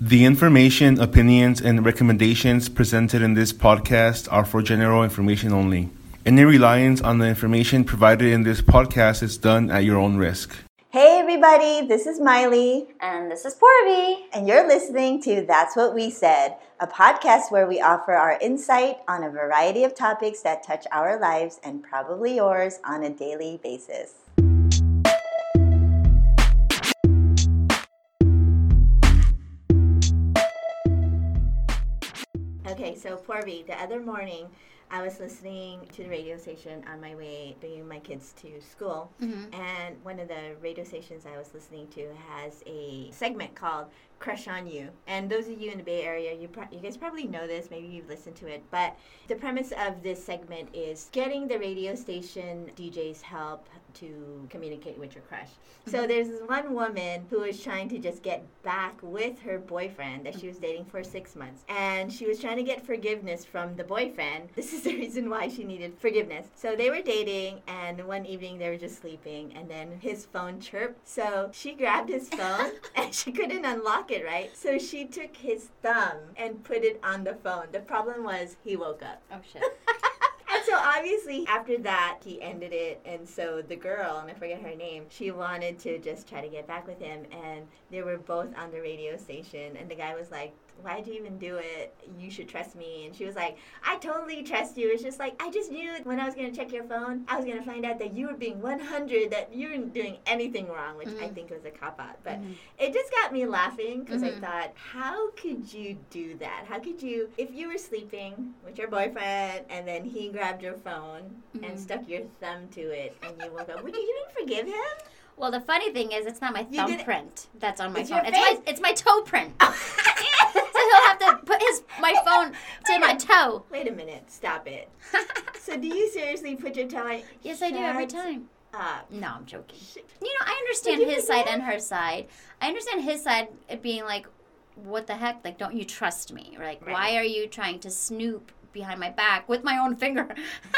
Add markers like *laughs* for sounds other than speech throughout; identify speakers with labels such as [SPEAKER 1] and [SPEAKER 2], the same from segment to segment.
[SPEAKER 1] The information, opinions, and recommendations presented in this podcast are for general information only. Any reliance on the information provided in this podcast is done at your own risk.
[SPEAKER 2] Hey everybody, this is Miley,
[SPEAKER 3] And this is Porvi.
[SPEAKER 2] and you're listening to That's What We Said, a podcast where we offer our insight on a variety of topics that touch our lives and probably yours on a daily basis. Okay, so Porvi, the other morning I was listening to the radio station on my way bringing my kids to school. And one of the radio stations I was listening to has a segment called Crush on You. And those of you in the Bay Area, you, pro- you guys probably know this, maybe you've listened to it. But the premise of this segment is getting the radio station DJ's help to communicate with your crush. So there's this one woman who was trying to just get back with her boyfriend that she was dating for six months. And she was trying to get forgiveness from the boyfriend. *laughs* This is the reason why she needed forgiveness. So they were dating, and one evening they were just sleeping, and then his phone chirped. So she grabbed his phone and she couldn't unlock it, right? So she took his thumb and put it on the phone. The problem was he woke up.
[SPEAKER 3] Oh shit.
[SPEAKER 2] And so obviously after that he ended it and so the girl and I forget her name she wanted to just try to get back with him and they were both on the radio station and the guy was like why'd you even do it you should trust me and she was like I totally trust you it's just like I just knew when I was gonna check your phone I was gonna find out that you were being 100 that you weren't doing anything *laughs* wrong which
[SPEAKER 3] Mm-hmm.
[SPEAKER 2] I think was a cop out but it just got me laughing because
[SPEAKER 3] Mhm.
[SPEAKER 2] I thought, how could you do that? How could you, if you were sleeping with your boyfriend and then he grabbed your phone and
[SPEAKER 3] Mhm.
[SPEAKER 2] stuck your thumb to it and you woke up, would you, you didn't forgive
[SPEAKER 3] *laughs*
[SPEAKER 2] him?
[SPEAKER 3] Well, the funny thing is, it's not my
[SPEAKER 2] You did-
[SPEAKER 3] thumbprint that's on my
[SPEAKER 2] It's your
[SPEAKER 3] phone. It's my
[SPEAKER 2] face.
[SPEAKER 3] it's my toe print. so he'll have to put his my phone to my toe.
[SPEAKER 2] *laughs* Wait a minute, stop it. So do you seriously put your tongue
[SPEAKER 3] yes, I do every time. Mm,
[SPEAKER 2] up?
[SPEAKER 3] No, I'm joking.
[SPEAKER 2] Sh-
[SPEAKER 3] You know, I understand
[SPEAKER 2] Did you
[SPEAKER 3] his
[SPEAKER 2] forget?
[SPEAKER 3] side and her side. I understand his side it being like, what the heck? Like, don't you trust me? Or like, why
[SPEAKER 2] Right.
[SPEAKER 3] are you trying to snoop behind my back with my own finger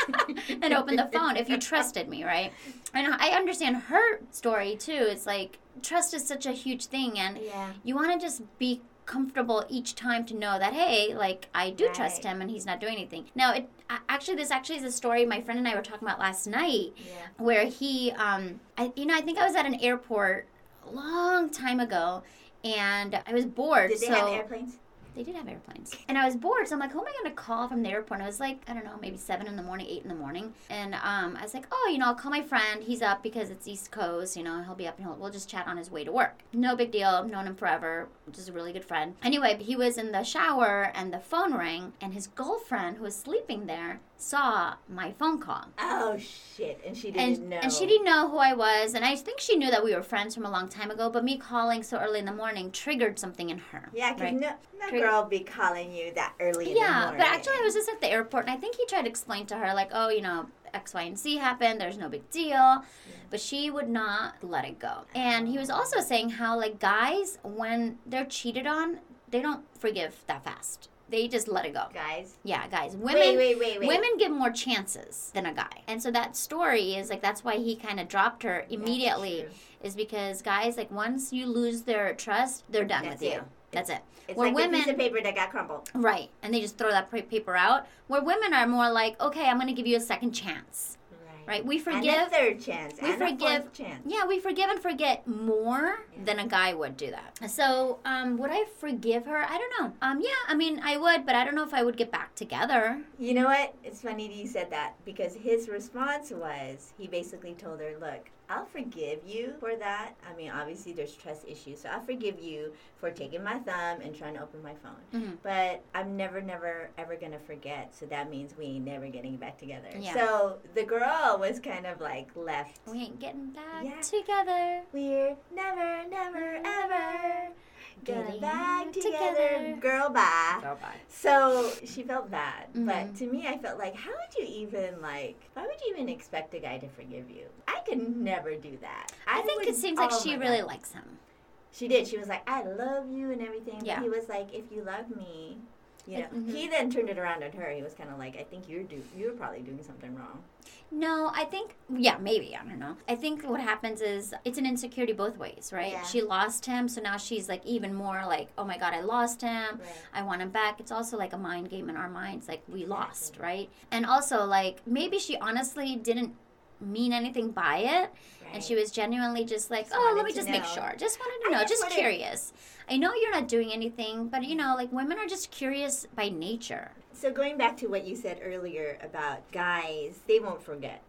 [SPEAKER 3] *laughs* and open the phone if you trusted me, right? And I understand her story too. It's like, trust is such a huge thing. And
[SPEAKER 2] Yeah.
[SPEAKER 3] you want to just be comfortable each time to know that hey like i do trust
[SPEAKER 2] Right.
[SPEAKER 3] him and he's not doing anything now it a- actually this actually is a story my friend and i were talking about last night
[SPEAKER 2] Yeah.
[SPEAKER 3] where he um I, you know i think i was at an airport a long time ago and i was bored
[SPEAKER 2] Did they
[SPEAKER 3] so
[SPEAKER 2] have airplanes?
[SPEAKER 3] they did have airplanes and i was bored so i'm like who am i going to call from the airport and i was like i don't know maybe 7 in the morning 8 in the morning and um, i was like oh you know i'll call my friend he's up because it's east coast you know he'll be up and he'll, we'll just chat on his way to work no big deal i've known him forever just a really good friend anyway he was in the shower and the phone rang and his girlfriend who was sleeping there saw my phone call
[SPEAKER 2] Oh, shit. And she didn't
[SPEAKER 3] and,
[SPEAKER 2] know.
[SPEAKER 3] and she didn't know who I was, and I think she knew that we were friends from a long time ago. But me calling so early in the morning triggered something in her.
[SPEAKER 2] Yeah, because
[SPEAKER 3] right?
[SPEAKER 2] no, no
[SPEAKER 3] True.
[SPEAKER 2] girl be calling you that early in the
[SPEAKER 3] yeah,
[SPEAKER 2] morning.
[SPEAKER 3] but actually, I was just at the airport, and I think he tried to explain to her like, oh, you know, X, Y, and Z happened. There's no big deal, but she would not let it go. And he was also saying how like guys, when they're cheated on, they don't forgive that fast. They just let it go.
[SPEAKER 2] Guys.
[SPEAKER 3] Yeah, guys, women.
[SPEAKER 2] Wait, wait, wait, wait.
[SPEAKER 3] Women give more chances than a guy. And so that story is like that's why he kind of dropped her immediately
[SPEAKER 2] true.
[SPEAKER 3] is because guys like once you lose their trust, they're done
[SPEAKER 2] That's
[SPEAKER 3] with
[SPEAKER 2] it.
[SPEAKER 3] you. That's it.
[SPEAKER 2] It's
[SPEAKER 3] Where
[SPEAKER 2] like the piece
[SPEAKER 3] women
[SPEAKER 2] of paper that got crumpled.
[SPEAKER 3] right, and they just throw that pa- paper out. Where women are more like, "Okay, I'm going to give you a second chance." Right? We
[SPEAKER 2] And a
[SPEAKER 3] forgive
[SPEAKER 2] third chance.
[SPEAKER 3] we
[SPEAKER 2] and a
[SPEAKER 3] forgive-
[SPEAKER 2] fourth chance.
[SPEAKER 3] yeah, we forgive and forget more than a guy would do that. So, um, would I forgive her? I don't know. Um, yeah, I mean, I would, but I don't know if I would get back together.
[SPEAKER 2] You know what? It's funny that you said that because his response was he basically told her, "Look, I'll forgive you for that. I mean, obviously there's trust issues, so I'll forgive you for taking my thumb and trying to open my phone.
[SPEAKER 3] Mhm.
[SPEAKER 2] But I'm never, never, ever gonna forget. So that means we ain't never getting back together.
[SPEAKER 3] Yeah.
[SPEAKER 2] So the girl was kind of like left.
[SPEAKER 3] We ain't getting back
[SPEAKER 2] Yeah.
[SPEAKER 3] together.
[SPEAKER 2] We're never, never, ever getting
[SPEAKER 3] Getting
[SPEAKER 2] back together.
[SPEAKER 3] together.
[SPEAKER 2] Girl, bye. So she felt bad, but
[SPEAKER 3] Mhm.
[SPEAKER 2] to me, I felt like, how would you even like? Why would you even expect a guy to forgive you? I could never do that.
[SPEAKER 3] I think
[SPEAKER 2] would-
[SPEAKER 3] it seems like
[SPEAKER 2] oh
[SPEAKER 3] she
[SPEAKER 2] my
[SPEAKER 3] really
[SPEAKER 2] God.
[SPEAKER 3] likes him.
[SPEAKER 2] She did. She was like, I love you and everything.
[SPEAKER 3] Yeah.
[SPEAKER 2] But he was like, if you love me, You know,
[SPEAKER 3] Like, mhm.
[SPEAKER 2] he then turned it around on her. He was kind of like, I think you're do you're probably doing something wrong.
[SPEAKER 3] No, I think yeah, maybe I don't know. I think what happens is it's an insecurity both ways, right?
[SPEAKER 2] Yeah.
[SPEAKER 3] She lost him, so now she's like even more like, oh my god, I lost him.
[SPEAKER 2] Right.
[SPEAKER 3] I want him back. It's also like a mind game in our minds, like we lost, right? And also like maybe she honestly didn't mean anything by it, and she
[SPEAKER 2] Right.
[SPEAKER 3] was genuinely just like,
[SPEAKER 2] Just
[SPEAKER 3] oh, let
[SPEAKER 2] wanted
[SPEAKER 3] me
[SPEAKER 2] to
[SPEAKER 3] just make
[SPEAKER 2] know.
[SPEAKER 3] sure. Just wanted
[SPEAKER 2] I
[SPEAKER 3] to know,
[SPEAKER 2] just
[SPEAKER 3] just
[SPEAKER 2] wanted-
[SPEAKER 3] curious. I know you're not doing anything, but you know, like women are just curious by nature.
[SPEAKER 2] So going back to what you said earlier about guys, they won't forget,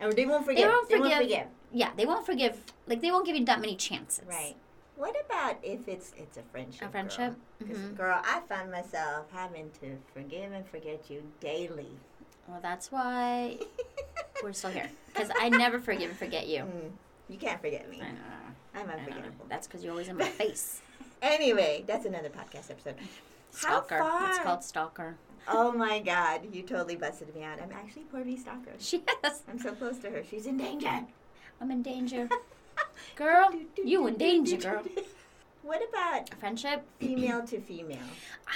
[SPEAKER 2] or they won't forget.
[SPEAKER 3] won't forgive.
[SPEAKER 2] forgive.
[SPEAKER 3] Yeah, they won't forgive. Like they won't give you that many chances.
[SPEAKER 2] Right. What about if it's it's a friendship?
[SPEAKER 3] A friendship.
[SPEAKER 2] Girl? 'Cause,
[SPEAKER 3] Mhm.
[SPEAKER 2] girl, I find myself having to forgive and forget you daily.
[SPEAKER 3] Well, that's
[SPEAKER 2] *laughs*
[SPEAKER 3] why *laughs* we're still here. Because I never forgive and forget you.
[SPEAKER 2] Mm, you can't forget me.
[SPEAKER 3] I know.
[SPEAKER 2] I'm
[SPEAKER 3] I know.
[SPEAKER 2] unforgettable.
[SPEAKER 3] That's because you're
[SPEAKER 2] *laughs*
[SPEAKER 3] always in my face.
[SPEAKER 2] Anyway, that's another podcast episode. How
[SPEAKER 3] Stalker. It's
[SPEAKER 2] far?
[SPEAKER 3] called stalker. *laughs*
[SPEAKER 2] Oh my God, you totally busted me out. I'm actually poor V stalker.
[SPEAKER 3] She is.
[SPEAKER 2] I'm so close to her. She's in danger.
[SPEAKER 3] I'm
[SPEAKER 2] *laughs*
[SPEAKER 3] in danger. Girl, you in danger, girl.
[SPEAKER 2] What about
[SPEAKER 3] Friendship.
[SPEAKER 2] female to female?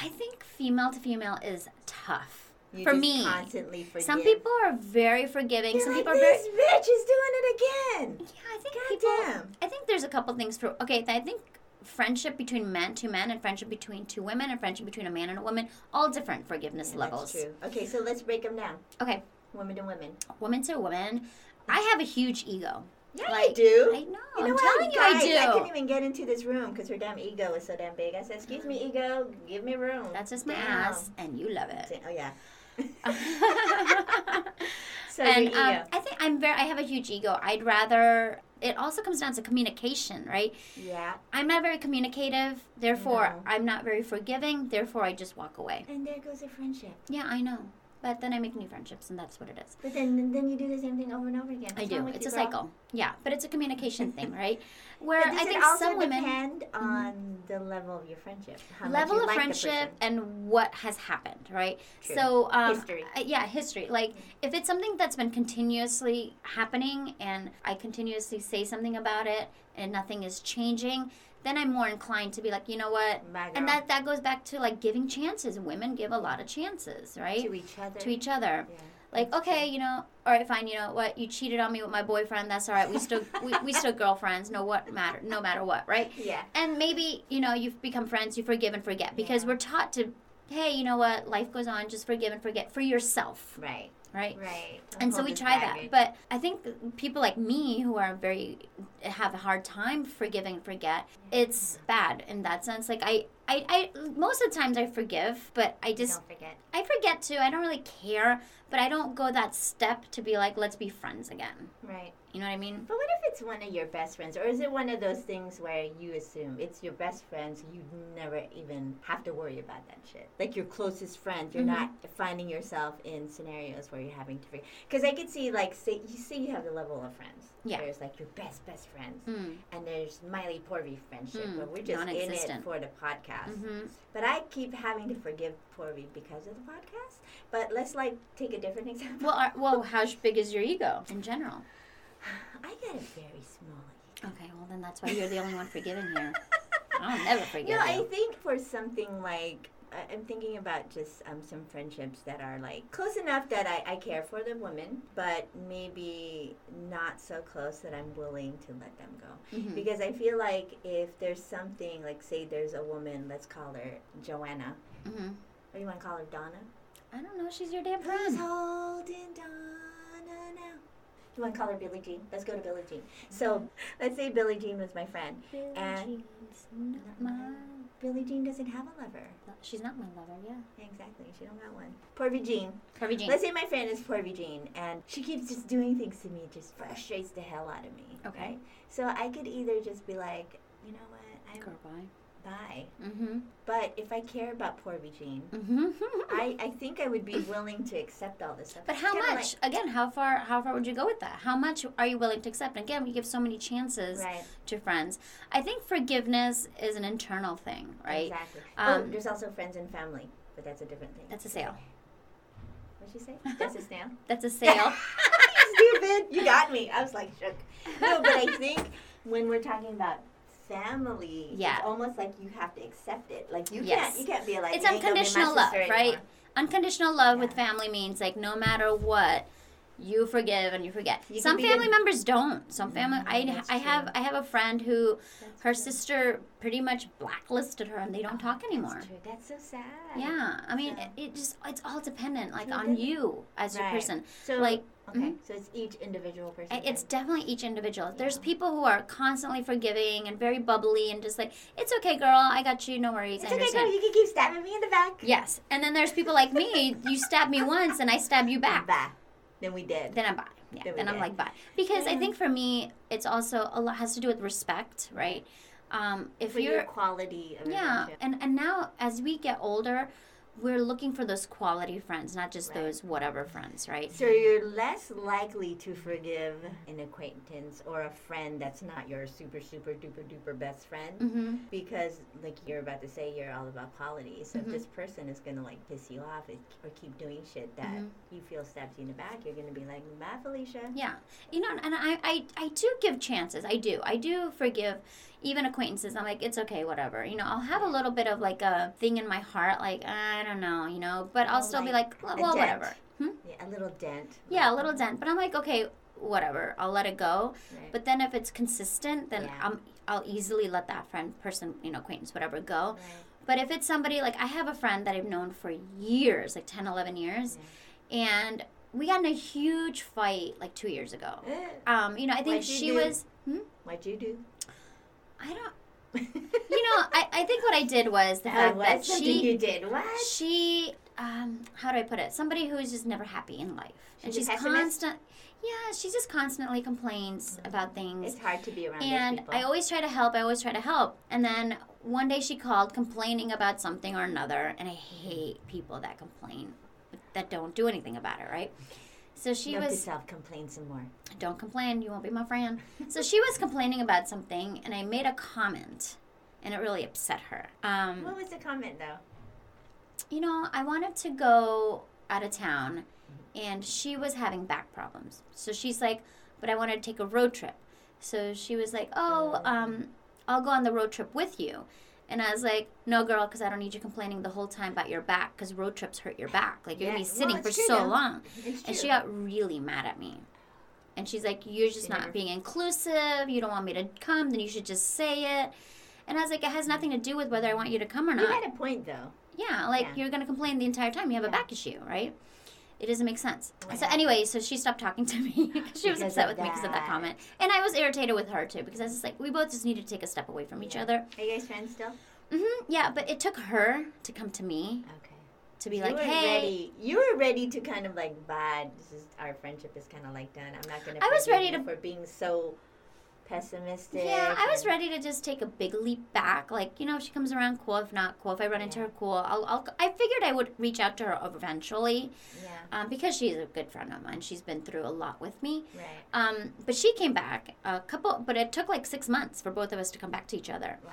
[SPEAKER 3] I think female to female is tough.
[SPEAKER 2] You
[SPEAKER 3] For
[SPEAKER 2] just
[SPEAKER 3] me.
[SPEAKER 2] constantly forgive.
[SPEAKER 3] Some people are very forgiving.
[SPEAKER 2] You're
[SPEAKER 3] Some
[SPEAKER 2] like,
[SPEAKER 3] people are very.
[SPEAKER 2] this bitch is doing it again.
[SPEAKER 3] Yeah, I think
[SPEAKER 2] God
[SPEAKER 3] people.
[SPEAKER 2] damn.
[SPEAKER 3] I think there's a couple things for. Okay, I think friendship between men to men and friendship between two women and friendship between a man and a woman all different forgiveness
[SPEAKER 2] Yeah,
[SPEAKER 3] levels.
[SPEAKER 2] That's true. Okay, so let's break them down.
[SPEAKER 3] Okay,
[SPEAKER 2] Women to women.
[SPEAKER 3] woman to woman. I have a huge ego.
[SPEAKER 2] Yeah, I
[SPEAKER 3] Like,
[SPEAKER 2] do.
[SPEAKER 3] I know.
[SPEAKER 2] You know
[SPEAKER 3] I'm
[SPEAKER 2] what?
[SPEAKER 3] telling you,
[SPEAKER 2] Guys, I
[SPEAKER 3] I do.
[SPEAKER 2] couldn't even get into this room because her damn ego is so damn big. I said, "Excuse me, ego, give me room."
[SPEAKER 3] That's just my
[SPEAKER 2] Damn.
[SPEAKER 3] ass, and you love
[SPEAKER 2] Say-
[SPEAKER 3] it.
[SPEAKER 2] Oh yeah.
[SPEAKER 3] *laughs*
[SPEAKER 2] *laughs* so your
[SPEAKER 3] and
[SPEAKER 2] ego.
[SPEAKER 3] um, I think I'm very. I have a huge ego. I'd rather. It also comes down to communication, right?
[SPEAKER 2] yeah,
[SPEAKER 3] I'm not very communicative, therefore
[SPEAKER 2] No.
[SPEAKER 3] I'm not very forgiving, therefore I just walk away.
[SPEAKER 2] and there goes a friendship.
[SPEAKER 3] Yeah, I know. But then I make new friendships, and that's what it is.
[SPEAKER 2] But then, then you do the same thing over and over again.
[SPEAKER 3] I
[SPEAKER 2] What's wrong
[SPEAKER 3] do.
[SPEAKER 2] with
[SPEAKER 3] It's
[SPEAKER 2] you,
[SPEAKER 3] a
[SPEAKER 2] girl?
[SPEAKER 3] cycle. Yeah, but it's a communication
[SPEAKER 2] *laughs*
[SPEAKER 3] thing, right? Where
[SPEAKER 2] But
[SPEAKER 3] I
[SPEAKER 2] does
[SPEAKER 3] think
[SPEAKER 2] it also
[SPEAKER 3] some women Mm-hmm.
[SPEAKER 2] depend on the level of your friendship, how much
[SPEAKER 3] level
[SPEAKER 2] you
[SPEAKER 3] of
[SPEAKER 2] like the
[SPEAKER 3] friendship
[SPEAKER 2] person.
[SPEAKER 3] and what has happened, right?
[SPEAKER 2] True.
[SPEAKER 3] So um,
[SPEAKER 2] History.
[SPEAKER 3] uh, yeah, history. Like if it's something that's been continuously happening, and I continuously say something about it, and nothing is changing, then I'm more inclined to be like, you know what?
[SPEAKER 2] My girl.
[SPEAKER 3] And that that goes back to like giving chances. Women give a lot of chances, right?
[SPEAKER 2] to each other.
[SPEAKER 3] to each other.
[SPEAKER 2] Yeah.
[SPEAKER 3] Like, okay, you know, all right, fine, you know what, you cheated on me with my boyfriend, that's all right. We still we, we still girlfriends, no what matter no matter what, right?
[SPEAKER 2] Yeah.
[SPEAKER 3] And maybe, you know, you've become friends, you forgive and forget because
[SPEAKER 2] Yeah.
[SPEAKER 3] we're taught to hey, you know what, life goes on, just forgive and forget for yourself,
[SPEAKER 2] Right.
[SPEAKER 3] right?
[SPEAKER 2] Right.
[SPEAKER 3] And so we try that.
[SPEAKER 2] But.
[SPEAKER 3] But I think people like me who are very have a hard time forgiving and forget, it's bad in that sense. Like I I, I most of the times I forgive, but I just
[SPEAKER 2] Don't forget.
[SPEAKER 3] I forget to. I don't really care, but I don't go that step to be like, let's be friends again.
[SPEAKER 2] Right.
[SPEAKER 3] You know what I mean?
[SPEAKER 2] But what if it's one of your best friends? Or is it one of those things where you assume it's your best friends, you never even have to worry about that shit? Like your closest friends,
[SPEAKER 3] Mm-hmm.
[SPEAKER 2] you're not finding yourself in scenarios where you're having to forget. Because I could see, like, say, you say you have a level of friends.
[SPEAKER 3] Yeah.
[SPEAKER 2] There's like your best, best friends.
[SPEAKER 3] Mm.
[SPEAKER 2] And there's Miley Porvy friendship,
[SPEAKER 3] Mm,
[SPEAKER 2] where we're just in it
[SPEAKER 3] non-existent.
[SPEAKER 2] for the podcast.
[SPEAKER 3] hmm
[SPEAKER 2] But I keep having to forgive Porvy because of the podcast. But let's, like, take a different example.
[SPEAKER 3] Well, are, well, how sh- big is your ego in general?
[SPEAKER 2] I got a very small
[SPEAKER 3] Okay, well then that's why you're the only one forgiving *laughs* here. I'll never forgive
[SPEAKER 2] No, I
[SPEAKER 3] you.
[SPEAKER 2] think for something like I- I'm thinking about just um, some friendships that are like close enough that I, I care for the woman, but maybe not so close that I'm willing to let them go.
[SPEAKER 3] Mhm.
[SPEAKER 2] Because I feel like if there's something like say there's a woman, let's call her Joanna,
[SPEAKER 3] Mhm.
[SPEAKER 2] or you want to call her Donna?
[SPEAKER 3] I don't know. She's your damn
[SPEAKER 2] Who's
[SPEAKER 3] friend.
[SPEAKER 2] holding Donna now? You want to call her Billie Jean? Let's go to Billie Jean.
[SPEAKER 3] Mm-hmm.
[SPEAKER 2] So let's say Billie Jean was my friend. And-
[SPEAKER 3] Jean's not my.
[SPEAKER 2] Billie Jean doesn't have a lover.
[SPEAKER 3] lo- She's not my lover. Yeah.
[SPEAKER 2] Exactly, she don't got one. Poor Jean.
[SPEAKER 3] Kirby Jean.
[SPEAKER 2] Let's say my friend is poor Jean, and she keeps just doing things to me, just frustrates the hell out of me.
[SPEAKER 3] Okay.
[SPEAKER 2] right? So I could either just be like, you know what, I'm
[SPEAKER 3] Girl, bye.
[SPEAKER 2] bye.
[SPEAKER 3] Mhm.
[SPEAKER 2] But if I care about poor Jean,
[SPEAKER 3] Mhm.
[SPEAKER 2] I, I think I would be willing to accept all this stuff.
[SPEAKER 3] *laughs* But how
[SPEAKER 2] Kinda like-
[SPEAKER 3] much? Again, how far? How far would you go with that? How much are you willing to accept? And again, we give so many chances.
[SPEAKER 2] right.
[SPEAKER 3] to friends. I think forgiveness is an internal thing, right?
[SPEAKER 2] Exactly. oh,
[SPEAKER 3] Um, uh,
[SPEAKER 2] there's also friends and family, but that's a different thing.
[SPEAKER 3] That's a sale.
[SPEAKER 2] What'd
[SPEAKER 3] *laughs*
[SPEAKER 2] you say? That's a snail.
[SPEAKER 3] That's
[SPEAKER 2] *laughs*
[SPEAKER 3] a sale.
[SPEAKER 2] Stupid. You got me. I was like shook. No, but I think when we're talking about family.
[SPEAKER 3] Yeah.
[SPEAKER 2] It's almost like you have to accept it. Like you
[SPEAKER 3] Yes.
[SPEAKER 2] can't you can't be like
[SPEAKER 3] it's
[SPEAKER 2] "You ain't gonna be my
[SPEAKER 3] unconditional love,
[SPEAKER 2] sister
[SPEAKER 3] right?
[SPEAKER 2] anymore."
[SPEAKER 3] Unconditional love with
[SPEAKER 2] Yeah.
[SPEAKER 3] family means like no matter what, you forgive and you forget.
[SPEAKER 2] You can
[SPEAKER 3] Some
[SPEAKER 2] be the-
[SPEAKER 3] family members don't. Some family.
[SPEAKER 2] Mm,
[SPEAKER 3] I
[SPEAKER 2] that's
[SPEAKER 3] I have
[SPEAKER 2] true.
[SPEAKER 3] I have a friend who
[SPEAKER 2] That's
[SPEAKER 3] her
[SPEAKER 2] true.
[SPEAKER 3] sister pretty much blacklisted her and they don't talk anymore.
[SPEAKER 2] That's true. That's so sad.
[SPEAKER 3] Yeah, I mean,
[SPEAKER 2] Yeah.
[SPEAKER 3] it, it just it's all dependent like
[SPEAKER 2] It's all
[SPEAKER 3] on
[SPEAKER 2] dependent.
[SPEAKER 3] you as your
[SPEAKER 2] Right.
[SPEAKER 3] person.
[SPEAKER 2] So
[SPEAKER 3] like,
[SPEAKER 2] okay,
[SPEAKER 3] mhm.
[SPEAKER 2] so it's each individual person.
[SPEAKER 3] I- It's
[SPEAKER 2] then.
[SPEAKER 3] definitely each individual. There's people who are constantly forgiving and very bubbly and just like, it's okay, girl, I got you, no worries,
[SPEAKER 2] it's
[SPEAKER 3] I
[SPEAKER 2] okay,
[SPEAKER 3] understand.
[SPEAKER 2] girl. You can keep stabbing me in the back.
[SPEAKER 3] Yes, and then there's people like me. You stab me once, and I stab you back.
[SPEAKER 2] Back. Then we did.
[SPEAKER 3] Then I'm bi. Yeah.
[SPEAKER 2] Then
[SPEAKER 3] Then,
[SPEAKER 2] we
[SPEAKER 3] I'm
[SPEAKER 2] did.
[SPEAKER 3] like bi because I
[SPEAKER 2] Yeah.
[SPEAKER 3] think for me, it's also a lot has to do with respect, right? Um, if
[SPEAKER 2] for
[SPEAKER 3] you're
[SPEAKER 2] your quality of
[SPEAKER 3] yeah,
[SPEAKER 2] relationship.
[SPEAKER 3] and and now as we get older, we're looking for those quality friends, not just
[SPEAKER 2] Right.
[SPEAKER 3] those whatever friends, right?
[SPEAKER 2] So you're less likely to forgive an acquaintance or a friend that's not your super super duper duper best friend
[SPEAKER 3] Mm-hmm.
[SPEAKER 2] because like you're about to say you're all about quality. So
[SPEAKER 3] Mm-hmm.
[SPEAKER 2] if this person is gonna like piss you off and- or keep doing shit that
[SPEAKER 3] Mhm.
[SPEAKER 2] you feel stabbed you in the back, you're gonna be like, "Bye, Felicia."
[SPEAKER 3] Yeah, you know, and I, I, I do give chances. I do, I do forgive even acquaintances. I'm like, it's okay, whatever. You know, I'll have a little bit of like a thing in my heart, like I don't know, you know, but I'll
[SPEAKER 2] Oh,
[SPEAKER 3] still be
[SPEAKER 2] like
[SPEAKER 3] like, well,
[SPEAKER 2] a
[SPEAKER 3] well,
[SPEAKER 2] dent.
[SPEAKER 3] whatever. Hmm?
[SPEAKER 2] Yeah, a little dent.
[SPEAKER 3] Yeah, a little dent, but I'm like, okay, whatever. I'll let it go.
[SPEAKER 2] Right.
[SPEAKER 3] But then if it's consistent, then
[SPEAKER 2] Yeah.
[SPEAKER 3] I'm, I'll easily let that friend, person, you know, acquaintance, whatever, go.
[SPEAKER 2] Right.
[SPEAKER 3] But if it's somebody like I have a friend that I've known for years, like 10, 11 years, and we got in a huge fight like two years ago.
[SPEAKER 2] Eh,
[SPEAKER 3] Um, you know, I think
[SPEAKER 2] What'd you
[SPEAKER 3] she
[SPEAKER 2] do?
[SPEAKER 3] was. Hmm?
[SPEAKER 2] What'd you
[SPEAKER 3] *laughs*
[SPEAKER 2] do?
[SPEAKER 3] I don't.
[SPEAKER 2] you
[SPEAKER 3] You know, I, I think what I did was
[SPEAKER 2] *laughs*
[SPEAKER 3] the
[SPEAKER 2] that
[SPEAKER 3] fact
[SPEAKER 2] was
[SPEAKER 3] that
[SPEAKER 2] something
[SPEAKER 3] she
[SPEAKER 2] you did. What?
[SPEAKER 3] she um how do I put it? Somebody who is just never happy in life, and
[SPEAKER 2] She's
[SPEAKER 3] she's
[SPEAKER 2] a pessimist?
[SPEAKER 3] constant. Yeah, she just constantly complains about things,
[SPEAKER 2] It's hard to be around those
[SPEAKER 3] and
[SPEAKER 2] people.
[SPEAKER 3] I always try to help. I always try to help, and then one day she called complaining about something or another, and I hate people that complain that don't do anything about it, right? So she
[SPEAKER 2] Note to
[SPEAKER 3] was
[SPEAKER 2] self, complain some more.
[SPEAKER 3] don't complain, you won't be my friend. So she was complaining about something, and I made a comment, and it really upset her. Um,
[SPEAKER 2] What was the comment though?
[SPEAKER 3] you know, I wanted to go out of town, and she was having back problems. So she's like, but I want to take a road trip. So she was like, oh, um, I'll go on the road trip with you. And I was like, no, girl, because I don't need you complaining the whole time about your back, because road trips hurt your back. Like, you're going
[SPEAKER 2] Yeah.
[SPEAKER 3] to be sitting
[SPEAKER 2] Well,
[SPEAKER 3] for
[SPEAKER 2] it's true
[SPEAKER 3] so
[SPEAKER 2] now.
[SPEAKER 3] long.
[SPEAKER 2] It's
[SPEAKER 3] And she
[SPEAKER 2] true.
[SPEAKER 3] got really mad at me. And she's like, You're just
[SPEAKER 2] She
[SPEAKER 3] not
[SPEAKER 2] never-
[SPEAKER 3] being inclusive. You don't want me to come. Then you should just say it. And I was like, It has nothing to do with whether I want you to come or
[SPEAKER 2] You
[SPEAKER 3] not.
[SPEAKER 2] had a point though.
[SPEAKER 3] yeah, like
[SPEAKER 2] Yeah.
[SPEAKER 3] you're going to complain the entire time. You have
[SPEAKER 2] Yeah.
[SPEAKER 3] a back issue, right? It doesn't make sense.
[SPEAKER 2] Right.
[SPEAKER 3] So, anyway, so she stopped talking to me. *laughs* 'cause she was
[SPEAKER 2] Because
[SPEAKER 3] upset
[SPEAKER 2] of
[SPEAKER 3] with me because of that
[SPEAKER 2] that.
[SPEAKER 3] comment. And I was irritated with her too because I was just like, We both just needed to take a step away from each
[SPEAKER 2] Yeah.
[SPEAKER 3] other.
[SPEAKER 2] Are you guys friends still?
[SPEAKER 3] hmm yeah, but it took her to come to me
[SPEAKER 2] Okay.
[SPEAKER 3] to be
[SPEAKER 2] you
[SPEAKER 3] like,
[SPEAKER 2] were
[SPEAKER 3] Hey.
[SPEAKER 2] ready. You were ready to kind of like, bad. This is our friendship is kind of like done. I'm not gonna.
[SPEAKER 3] I was
[SPEAKER 2] forgive
[SPEAKER 3] ready
[SPEAKER 2] you
[SPEAKER 3] to-
[SPEAKER 2] for being so pessimistic.
[SPEAKER 3] Yeah, I was
[SPEAKER 2] and-
[SPEAKER 3] ready to just take a big leap back. Like, you know, if she comes around, cool. If not, cool. If I run into
[SPEAKER 2] Yeah.
[SPEAKER 3] her, cool. I'll, I'll, I figured I would reach out to her eventually
[SPEAKER 2] Yeah.
[SPEAKER 3] um, because she's a good friend of mine. She's been through a lot with me.
[SPEAKER 2] Right.
[SPEAKER 3] Um, but she came back a couple, but it took like six months for both of us to come back to each other.
[SPEAKER 2] Wow.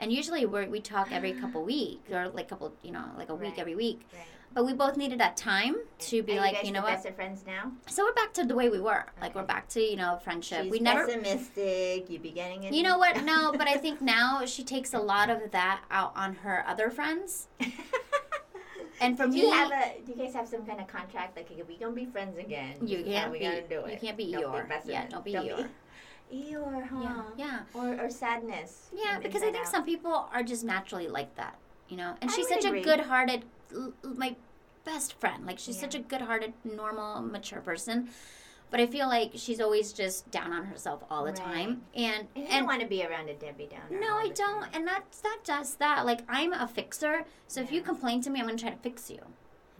[SPEAKER 3] And usually we're, we talk every
[SPEAKER 2] *gasps*
[SPEAKER 3] couple weeks or like couple, you know, like a week
[SPEAKER 2] Right.
[SPEAKER 3] every week.
[SPEAKER 2] Right.
[SPEAKER 3] But we both needed that time to be
[SPEAKER 2] Are
[SPEAKER 3] like,
[SPEAKER 2] you, guys
[SPEAKER 3] you know
[SPEAKER 2] the
[SPEAKER 3] what?
[SPEAKER 2] Best of friends now.
[SPEAKER 3] So we're back to the way we were.
[SPEAKER 2] Okay.
[SPEAKER 3] Like we're back to, you know, friendship.
[SPEAKER 2] She's
[SPEAKER 3] we never
[SPEAKER 2] pessimistic. You be getting it.
[SPEAKER 3] You know what? No, but
[SPEAKER 2] *laughs*
[SPEAKER 3] I think now she takes a lot of that out on her other friends. And for
[SPEAKER 2] Did
[SPEAKER 3] me,
[SPEAKER 2] you have a? Do you guys have some kind of contract? Like, we gonna be friends again?
[SPEAKER 3] you
[SPEAKER 2] This is how
[SPEAKER 3] can't
[SPEAKER 2] we
[SPEAKER 3] be.
[SPEAKER 2] gonna do
[SPEAKER 3] You
[SPEAKER 2] it.
[SPEAKER 3] can't be
[SPEAKER 2] Don't
[SPEAKER 3] Eeyore. Yeah,
[SPEAKER 2] pessimist.
[SPEAKER 3] don't be
[SPEAKER 2] Don't be-
[SPEAKER 3] Eeyore.
[SPEAKER 2] *laughs* Eeyore, huh?
[SPEAKER 3] Yeah, yeah,
[SPEAKER 2] Or, or sadness.
[SPEAKER 3] yeah.
[SPEAKER 2] from
[SPEAKER 3] Because I
[SPEAKER 2] inside
[SPEAKER 3] think
[SPEAKER 2] out.
[SPEAKER 3] some people are just naturally like that, you know. And
[SPEAKER 2] I
[SPEAKER 3] she's
[SPEAKER 2] would
[SPEAKER 3] such
[SPEAKER 2] agree.
[SPEAKER 3] a good-hearted, l- l- my best friend. Like she's
[SPEAKER 2] Yeah.
[SPEAKER 3] such a good-hearted, normal, mature person. But I feel like she's always just down on herself all the
[SPEAKER 2] Right.
[SPEAKER 3] time. And
[SPEAKER 2] And you
[SPEAKER 3] and
[SPEAKER 2] don't want to be around a Debbie Downer.
[SPEAKER 3] No,
[SPEAKER 2] all
[SPEAKER 3] I
[SPEAKER 2] the
[SPEAKER 3] don't.
[SPEAKER 2] time.
[SPEAKER 3] And that's not just that. Like, I'm a fixer. So if you
[SPEAKER 2] Yeah.
[SPEAKER 3] complain to me, I'm going to try to fix you.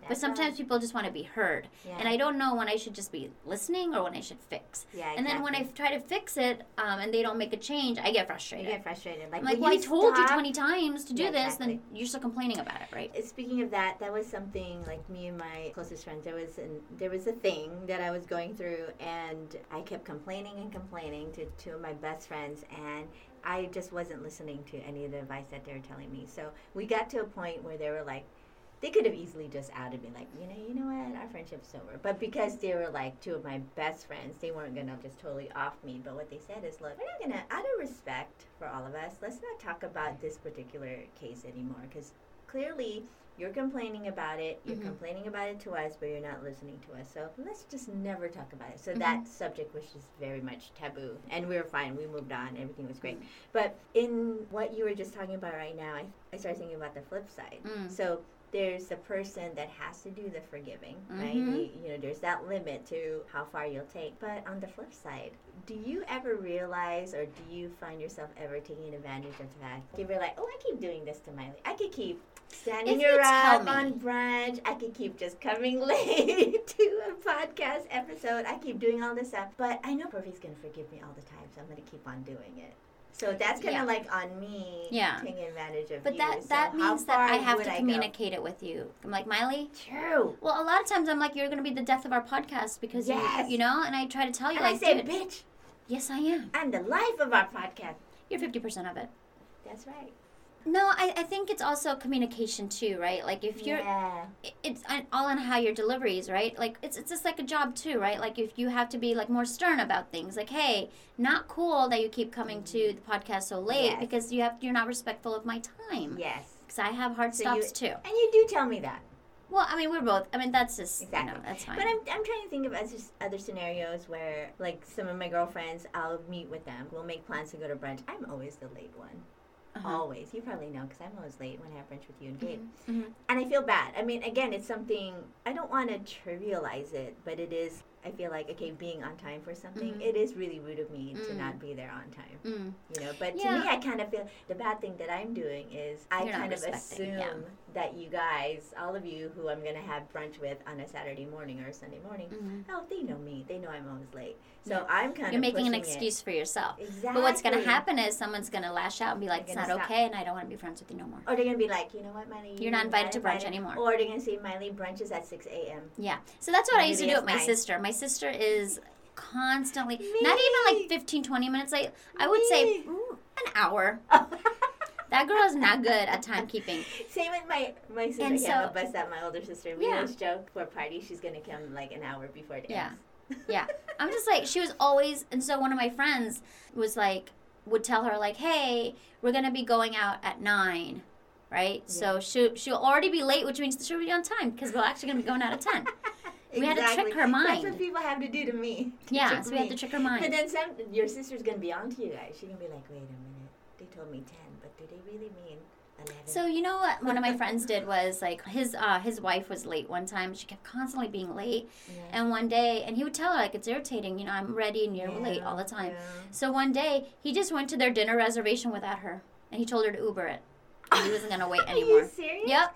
[SPEAKER 3] But
[SPEAKER 2] That's
[SPEAKER 3] sometimes
[SPEAKER 2] all.
[SPEAKER 3] people just want to be heard.
[SPEAKER 2] yeah.
[SPEAKER 3] And I don't know when I should just be listening or when I should fix.
[SPEAKER 2] yeah,
[SPEAKER 3] And then when I
[SPEAKER 2] exactly.
[SPEAKER 3] try to fix it um, and they don't make a change, I get
[SPEAKER 2] you
[SPEAKER 3] frustrated.
[SPEAKER 2] get frustrated, like,
[SPEAKER 3] I'm like,
[SPEAKER 2] will
[SPEAKER 3] well, I
[SPEAKER 2] you
[SPEAKER 3] told you
[SPEAKER 2] stop?
[SPEAKER 3] 20 times to do
[SPEAKER 2] Yeah,
[SPEAKER 3] this, then you're still complaining about it, right?
[SPEAKER 2] Speaking of that, that was something like me and my closest friends. There was an, there was a thing that I was going through, and I kept complaining and complaining to two of my best friends, and I just wasn't listening to any of the advice that they were telling me. So we got to a point where they were like, they could have easily just outed me, like, you know, you know what, our friendship's over. But because they were like two of my best friends, they weren't gonna just totally off me. But what they said is, look, we're not gonna, out of respect for all of us, let's not talk about this particular case anymore, because clearly you're complaining about it. You're
[SPEAKER 3] Mhm.
[SPEAKER 2] complaining about it to us, but you're not listening to us. So let's just never talk about it. So that subject was just very much taboo, and we were fine. We moved on. Everything was great. But in what you were just talking about right now, I, I started thinking about the flip side.
[SPEAKER 3] Mm.
[SPEAKER 2] So there's the person that has to do the forgiving, right?
[SPEAKER 3] Mhm.
[SPEAKER 2] You, you know, there's that limit to how far you'll take. But on the flip side, do you ever realize or do you find yourself ever taking advantage of the fact that you're like, oh, I keep doing this to my, I could keep standing
[SPEAKER 3] If you tell
[SPEAKER 2] around
[SPEAKER 3] me.
[SPEAKER 2] on brunch. I could keep just coming *laughs* late to a podcast episode. I keep doing all this stuff. But I know Perfy's going to forgive me all the time, so I'm going to keep on doing it. So that's kind of
[SPEAKER 3] Yeah.
[SPEAKER 2] like on me
[SPEAKER 3] Yeah.
[SPEAKER 2] taking advantage of
[SPEAKER 3] But
[SPEAKER 2] you.
[SPEAKER 3] that
[SPEAKER 2] So
[SPEAKER 3] that
[SPEAKER 2] how
[SPEAKER 3] means that
[SPEAKER 2] far
[SPEAKER 3] I have
[SPEAKER 2] would
[SPEAKER 3] to
[SPEAKER 2] go?
[SPEAKER 3] communicate it with you. I'm like Miley.
[SPEAKER 2] True.
[SPEAKER 3] Well, a lot of times I'm like, you're gonna be the death of our podcast because
[SPEAKER 2] Yes.
[SPEAKER 3] you, you know, and I try to tell Oh, you
[SPEAKER 2] And I
[SPEAKER 3] like,
[SPEAKER 2] say,
[SPEAKER 3] dude,
[SPEAKER 2] bitch,
[SPEAKER 3] yes, I am.
[SPEAKER 2] I'm the life of our podcast.
[SPEAKER 3] You're fifty percent of it.
[SPEAKER 2] That's right.
[SPEAKER 3] No, I, I think it's also communication too, right? Like if you're,
[SPEAKER 2] yeah.
[SPEAKER 3] it- it's on- all in how your delivery is, right? Like it's it's just like a job too, right? Like if you have to be like more stern about things, like hey, not cool that you keep coming to the podcast so late
[SPEAKER 2] Yes.
[SPEAKER 3] because you have you're not respectful of my time.
[SPEAKER 2] Yes.
[SPEAKER 3] Because I have hard
[SPEAKER 2] So you-
[SPEAKER 3] stops too.
[SPEAKER 2] And you do tell me that.
[SPEAKER 3] Well, I mean, we're both. I mean, that's just
[SPEAKER 2] Exactly.
[SPEAKER 3] you know, that's fine.
[SPEAKER 2] But I'm, I'm trying to think of other, other scenarios where, like, some of my girlfriends, I'll meet with them. We'll make plans to go to brunch. I'm always the late one.
[SPEAKER 3] Uh-huh.
[SPEAKER 2] Always. You probably know because I'm always late when I have brunch with you and Gabe.
[SPEAKER 3] Mhm.
[SPEAKER 2] And I feel bad. I mean, again, it's something, I don't want to trivialize it, but it is, I feel like, okay, being on time for something,
[SPEAKER 3] Mhm.
[SPEAKER 2] it is really rude of me to
[SPEAKER 3] Mm.
[SPEAKER 2] not be there on time.
[SPEAKER 3] Mm.
[SPEAKER 2] you know but to
[SPEAKER 3] Yeah.
[SPEAKER 2] me i kind of feel the bad thing that i'm doing is i
[SPEAKER 3] You're not
[SPEAKER 2] kind of
[SPEAKER 3] respecting,
[SPEAKER 2] assume
[SPEAKER 3] yeah.
[SPEAKER 2] that you guys all of you who i'm going to have brunch with on a saturday morning or a sunday morning
[SPEAKER 3] Mhm.
[SPEAKER 2] oh they know me they know i'm always late so
[SPEAKER 3] Yeah.
[SPEAKER 2] i'm kind of
[SPEAKER 3] You're making an
[SPEAKER 2] pushing it.
[SPEAKER 3] excuse for yourself.
[SPEAKER 2] exactly
[SPEAKER 3] But what's going to happen is someone's going to lash out and be like,
[SPEAKER 2] They're
[SPEAKER 3] "It's
[SPEAKER 2] gonna
[SPEAKER 3] not
[SPEAKER 2] stop.
[SPEAKER 3] okay," and I don't want to be friends with you no more.
[SPEAKER 2] or they're going to be like you know what miley
[SPEAKER 3] You're not invited to brunch anymore.
[SPEAKER 2] or they're going to say miley brunch is at 6 a.m
[SPEAKER 3] Yeah. So that's what I
[SPEAKER 2] Maybe
[SPEAKER 3] used to do
[SPEAKER 2] it's
[SPEAKER 3] with my
[SPEAKER 2] nice.
[SPEAKER 3] sister. My sister is constantly, not even
[SPEAKER 2] Me.
[SPEAKER 3] like 15, 20 minutes late. I would say
[SPEAKER 2] Me.
[SPEAKER 3] mm, an hour. That girl is not good at timekeeping.
[SPEAKER 2] *laughs* Same with my my sister.
[SPEAKER 3] And
[SPEAKER 2] yeah,
[SPEAKER 3] so-
[SPEAKER 2] I'm a bust out my older sister. We
[SPEAKER 3] Yeah.
[SPEAKER 2] always joke for a party. She's gonna come like an hour before it
[SPEAKER 3] Yeah.
[SPEAKER 2] ends.
[SPEAKER 3] Yeah. I'm just like, she was always, and so one of my friends was like, would tell her, like, hey, we're going to be going out at nine. Right, so she she'll already be late, which means she'll be on time because we're actually gonna be going out at ten. We had to trick her
[SPEAKER 2] That's
[SPEAKER 3] mind.
[SPEAKER 2] what people have to do to
[SPEAKER 3] *laughs*
[SPEAKER 2] me.
[SPEAKER 3] Yeah,
[SPEAKER 2] Trick
[SPEAKER 3] so we
[SPEAKER 2] me.
[SPEAKER 3] have to trick her
[SPEAKER 2] But
[SPEAKER 3] mind.
[SPEAKER 2] then some, your sister's gonna be on to you guys. She's gonna be like, wait a minute, they told me ten, but do they really mean eleven?
[SPEAKER 3] So you know what one of my friends did was like his uh, his wife was late one time. She kept constantly being late,
[SPEAKER 2] yeah.
[SPEAKER 3] And one day, and he would tell her, like, it's irritating, you know, I'm ready and you're
[SPEAKER 2] Yeah,
[SPEAKER 3] late all the time.
[SPEAKER 2] yeah.
[SPEAKER 3] So one day, he just went to their dinner reservation without her and he told her to Uber it. And he wasn't going to wait
[SPEAKER 2] *laughs* Are
[SPEAKER 3] anymore.
[SPEAKER 2] you serious?
[SPEAKER 3] Yep.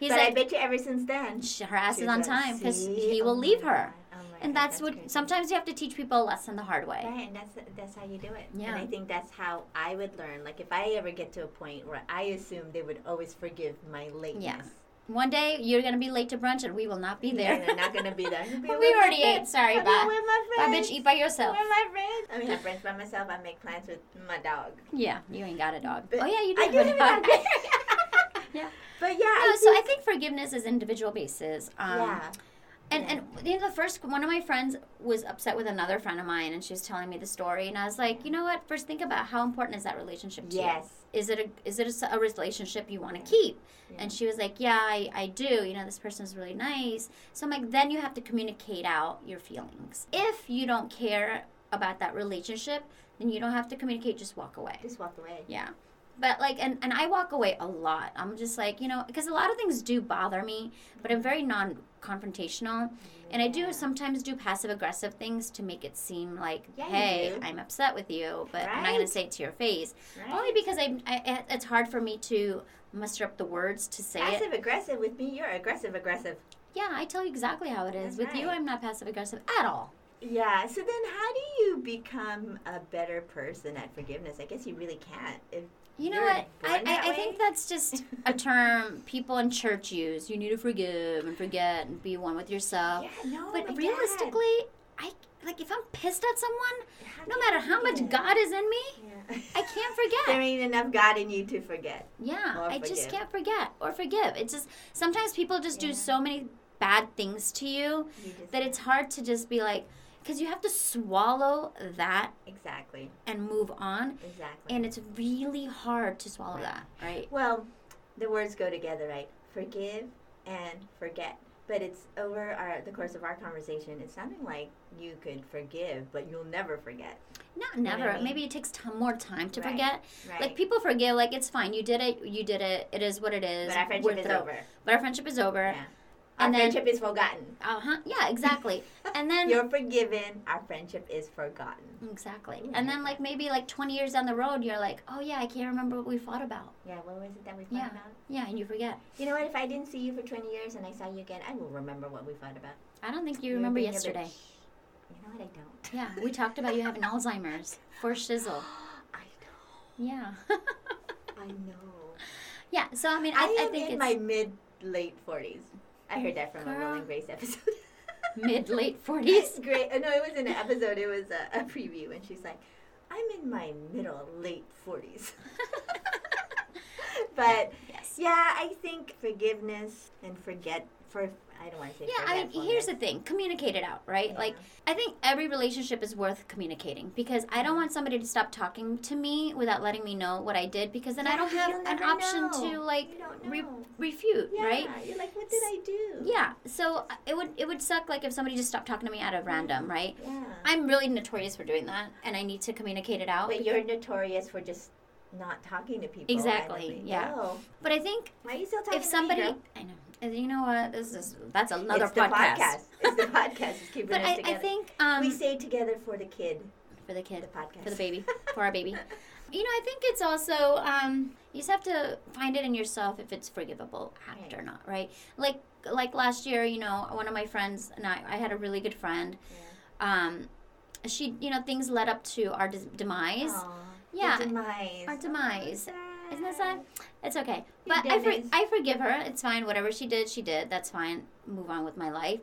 [SPEAKER 3] He's
[SPEAKER 2] but I
[SPEAKER 3] like,
[SPEAKER 2] bet you ever since then,
[SPEAKER 3] "Sh- her ass
[SPEAKER 2] she's
[SPEAKER 3] is on
[SPEAKER 2] like,
[SPEAKER 3] time because
[SPEAKER 2] "See?
[SPEAKER 3] he
[SPEAKER 2] Oh
[SPEAKER 3] will
[SPEAKER 2] my
[SPEAKER 3] leave
[SPEAKER 2] God.
[SPEAKER 3] her.
[SPEAKER 2] Oh my
[SPEAKER 3] And
[SPEAKER 2] God,
[SPEAKER 3] that's
[SPEAKER 2] crazy.
[SPEAKER 3] what, sometimes you have to teach people a lesson the hard way.
[SPEAKER 2] Right, and that's that's how you do it.
[SPEAKER 3] Yeah.
[SPEAKER 2] And I think that's how I would learn. Like if I ever get to a point where I assume they would always forgive my lateness.
[SPEAKER 3] One day, you're going to be late to brunch and we will not be there.
[SPEAKER 2] And they're not gonna be there.
[SPEAKER 3] But we already ate, sorry,
[SPEAKER 2] bye.
[SPEAKER 3] bye. *laughs* Bye, bitch, eat by yourself.
[SPEAKER 2] Where my friends?
[SPEAKER 3] *laughs*
[SPEAKER 2] I mean, I have friends by myself. I make plans with my dog.
[SPEAKER 3] Yeah, you ain't got a dog.
[SPEAKER 2] But
[SPEAKER 3] oh, yeah, you do
[SPEAKER 2] I
[SPEAKER 3] have a dog. *laughs* Yeah.
[SPEAKER 2] But *laughs* yeah,
[SPEAKER 3] No,
[SPEAKER 2] I
[SPEAKER 3] so
[SPEAKER 2] think-
[SPEAKER 3] I think forgiveness is individual basis. Um,
[SPEAKER 2] yeah,
[SPEAKER 3] And
[SPEAKER 2] Yeah.
[SPEAKER 3] and you know, the first one of my friends was upset with another friend of mine, and she was telling me the story, and I was like, you know what? First, think about how important is that relationship to
[SPEAKER 2] yes,
[SPEAKER 3] you. Is it a is it a s- a, relationship you want to
[SPEAKER 2] Yeah.
[SPEAKER 3] keep?
[SPEAKER 2] Yeah.
[SPEAKER 3] And she was like, yeah, I, I do. You know, this person's really nice. So I'm like, then you have to communicate out your feelings. If you don't care about that relationship, then you don't have to communicate. Just walk away.
[SPEAKER 2] just walk away.
[SPEAKER 3] Yeah. But like, and, and I walk away a lot. I'm just like, you know, because a lot of things do bother me, but I'm very non confrontational. And I do sometimes do passive aggressive things to make it seem like,
[SPEAKER 2] Yeah, you
[SPEAKER 3] hey,
[SPEAKER 2] do.
[SPEAKER 3] I'm upset with you, but I'm not going to
[SPEAKER 2] Right.
[SPEAKER 3] say it to your face.
[SPEAKER 2] Right?
[SPEAKER 3] Only because I, I, it's hard for me to muster up the words to say it.
[SPEAKER 2] passive aggressive with me. You're aggressive aggressive.
[SPEAKER 3] Yeah, I tell you exactly how it is.
[SPEAKER 2] That's
[SPEAKER 3] with you,
[SPEAKER 2] right.
[SPEAKER 3] I'm not passive aggressive at all.
[SPEAKER 2] Yeah. So then, how do you become a better person at forgiveness? I guess you really can't. If
[SPEAKER 3] You know
[SPEAKER 2] You're
[SPEAKER 3] what?
[SPEAKER 2] born
[SPEAKER 3] I,
[SPEAKER 2] that
[SPEAKER 3] I, I think
[SPEAKER 2] way?
[SPEAKER 3] that's just a term people in church use. You need to forgive and forget and be one with yourself.
[SPEAKER 2] yeah, no.
[SPEAKER 3] Oh. But
[SPEAKER 2] Oh my God.
[SPEAKER 3] realistically, I like if I'm pissed at someone,
[SPEAKER 2] How
[SPEAKER 3] no
[SPEAKER 2] can
[SPEAKER 3] matter
[SPEAKER 2] you
[SPEAKER 3] how much
[SPEAKER 2] forget?
[SPEAKER 3] God is in me,
[SPEAKER 2] Yeah.
[SPEAKER 3] I can't forget.
[SPEAKER 2] *laughs* there ain't enough God in you to forget.
[SPEAKER 3] Yeah,
[SPEAKER 2] Or
[SPEAKER 3] I just
[SPEAKER 2] forgive.
[SPEAKER 3] can't forget or forgive. It's just sometimes people just
[SPEAKER 2] Yeah.
[SPEAKER 3] do so many bad things to you
[SPEAKER 2] You just-
[SPEAKER 3] that it's hard to just be like, because you have to swallow that
[SPEAKER 2] exactly,
[SPEAKER 3] and move on.
[SPEAKER 2] exactly.
[SPEAKER 3] And it's really hard to swallow that, right?
[SPEAKER 2] well, the words go together, right? Forgive and forget. But it's over our, the course of our conversation. It's sounding like you could forgive, but you'll never forget.
[SPEAKER 3] Not
[SPEAKER 2] know what I
[SPEAKER 3] never.
[SPEAKER 2] mean?
[SPEAKER 3] Maybe it takes t- more time to
[SPEAKER 2] Right,
[SPEAKER 3] forget.
[SPEAKER 2] Right.
[SPEAKER 3] Like people forgive, like it's fine. You did it. You did it. It is what it is.
[SPEAKER 2] but our friendship
[SPEAKER 3] We're
[SPEAKER 2] is
[SPEAKER 3] through.
[SPEAKER 2] over.
[SPEAKER 3] But our friendship is over.
[SPEAKER 2] Yeah. Our
[SPEAKER 3] And then,
[SPEAKER 2] friendship is forgotten.
[SPEAKER 3] uh huh. Yeah, exactly. and
[SPEAKER 2] *laughs*
[SPEAKER 3] then
[SPEAKER 2] You're forgiven. Our friendship is forgotten.
[SPEAKER 3] Exactly.
[SPEAKER 2] Ooh,
[SPEAKER 3] and
[SPEAKER 2] I
[SPEAKER 3] then,
[SPEAKER 2] like
[SPEAKER 3] like, maybe like 20 years down the road, you're like, oh, yeah, I can't remember what we fought about.
[SPEAKER 2] Yeah, what was it that we fought
[SPEAKER 3] Yeah.
[SPEAKER 2] about?
[SPEAKER 3] Yeah, and you forget.
[SPEAKER 2] You know what? If I didn't see you for 20 years and I saw you again, I will remember what we fought about.
[SPEAKER 3] I don't think you
[SPEAKER 2] You're
[SPEAKER 3] remember
[SPEAKER 2] being a
[SPEAKER 3] yesterday.
[SPEAKER 2] bitch. You know what? I don't.
[SPEAKER 3] Yeah, we talked about you
[SPEAKER 2] *laughs*
[SPEAKER 3] having Alzheimer's for shizzle.
[SPEAKER 2] I
[SPEAKER 3] Yeah. *laughs*
[SPEAKER 2] know. I know.
[SPEAKER 3] yeah, so I mean, I,
[SPEAKER 2] I,
[SPEAKER 3] I,
[SPEAKER 2] am
[SPEAKER 3] think
[SPEAKER 2] in
[SPEAKER 3] it's
[SPEAKER 2] my mid late 40s. I heard that from a
[SPEAKER 3] Girl.
[SPEAKER 2] Rolling Grace episode. *laughs*
[SPEAKER 3] mid late *laughs* 40s.
[SPEAKER 2] Great. uh, No, it wasn't an episode. It was a, a preview, and she's like, "I'm in my middle late 40s." *laughs* but
[SPEAKER 3] yes.
[SPEAKER 2] yeah, I think forgiveness and forget for I don't want to say.
[SPEAKER 3] Yeah, I mean, here's the thing communicate it out, right?
[SPEAKER 2] Yeah.
[SPEAKER 3] Like, I think every relationship is worth communicating because I don't want somebody to stop talking to me without letting me know what I did because then I don't have an option to, like, re- refute,
[SPEAKER 2] yeah,
[SPEAKER 3] right?
[SPEAKER 2] You're like, what did I do?
[SPEAKER 3] Yeah, so uh, it would it would suck like if somebody just stopped talking to me out of random, right?
[SPEAKER 2] Yeah.
[SPEAKER 3] I'm really notorious for doing that, and I need to communicate it out.
[SPEAKER 2] but you're notorious for just not talking to people.
[SPEAKER 3] Exactly,
[SPEAKER 2] randomly.
[SPEAKER 3] yeah.
[SPEAKER 2] No.
[SPEAKER 3] But I think
[SPEAKER 2] Why are you still talking?
[SPEAKER 3] if somebody,
[SPEAKER 2] to me, girl?
[SPEAKER 3] I know, and you know what, this is that's another
[SPEAKER 2] it's the podcast. It's the podcast.
[SPEAKER 3] *laughs*
[SPEAKER 2] It's keeping
[SPEAKER 3] But
[SPEAKER 2] us
[SPEAKER 3] I,
[SPEAKER 2] together.
[SPEAKER 3] I think um,
[SPEAKER 2] we stay together for the kid.
[SPEAKER 3] for
[SPEAKER 2] The
[SPEAKER 3] the kid,
[SPEAKER 2] podcast
[SPEAKER 3] for
[SPEAKER 2] *laughs*
[SPEAKER 3] the baby, for our baby. You know, I think it's also um, you just have to find it in yourself if it's forgivable act
[SPEAKER 2] Right.
[SPEAKER 3] or not, right? Like like last year, you know, one of my friends and I, I had a really good friend. Um, she, you know, things led up to our des- demise.
[SPEAKER 2] Aw,
[SPEAKER 3] yeah,
[SPEAKER 2] The demise. Oh,
[SPEAKER 3] our demise.
[SPEAKER 2] Sad.
[SPEAKER 3] Isn't that sad? It's okay.
[SPEAKER 2] Your
[SPEAKER 3] But I, for-
[SPEAKER 2] demise.
[SPEAKER 3] I forgive her. It's fine. Whatever she did, she did. That's fine. Move on with my life.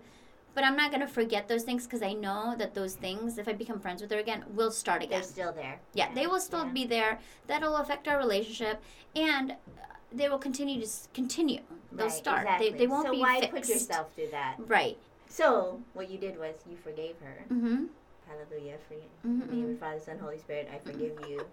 [SPEAKER 3] But I'm not going to forget those things because I know that those things, if I become friends with her again, will start
[SPEAKER 2] They're
[SPEAKER 3] again.
[SPEAKER 2] still there.
[SPEAKER 3] yeah, they will still
[SPEAKER 2] yeah.
[SPEAKER 3] be there. That'll affect our relationship. And uh, they will continue to s- continue. They'll
[SPEAKER 2] Right,
[SPEAKER 3] start.
[SPEAKER 2] Exactly.
[SPEAKER 3] They, they won't
[SPEAKER 2] so
[SPEAKER 3] be
[SPEAKER 2] why
[SPEAKER 3] fixed.
[SPEAKER 2] put yourself through that?
[SPEAKER 3] Right.
[SPEAKER 2] So what you did was you forgave her.
[SPEAKER 3] Mm-hmm.
[SPEAKER 2] Hallelujah. For you. In the name
[SPEAKER 3] Mm-hmm.
[SPEAKER 2] of Father, Son, Holy Spirit, I forgive
[SPEAKER 3] *laughs*
[SPEAKER 2] you.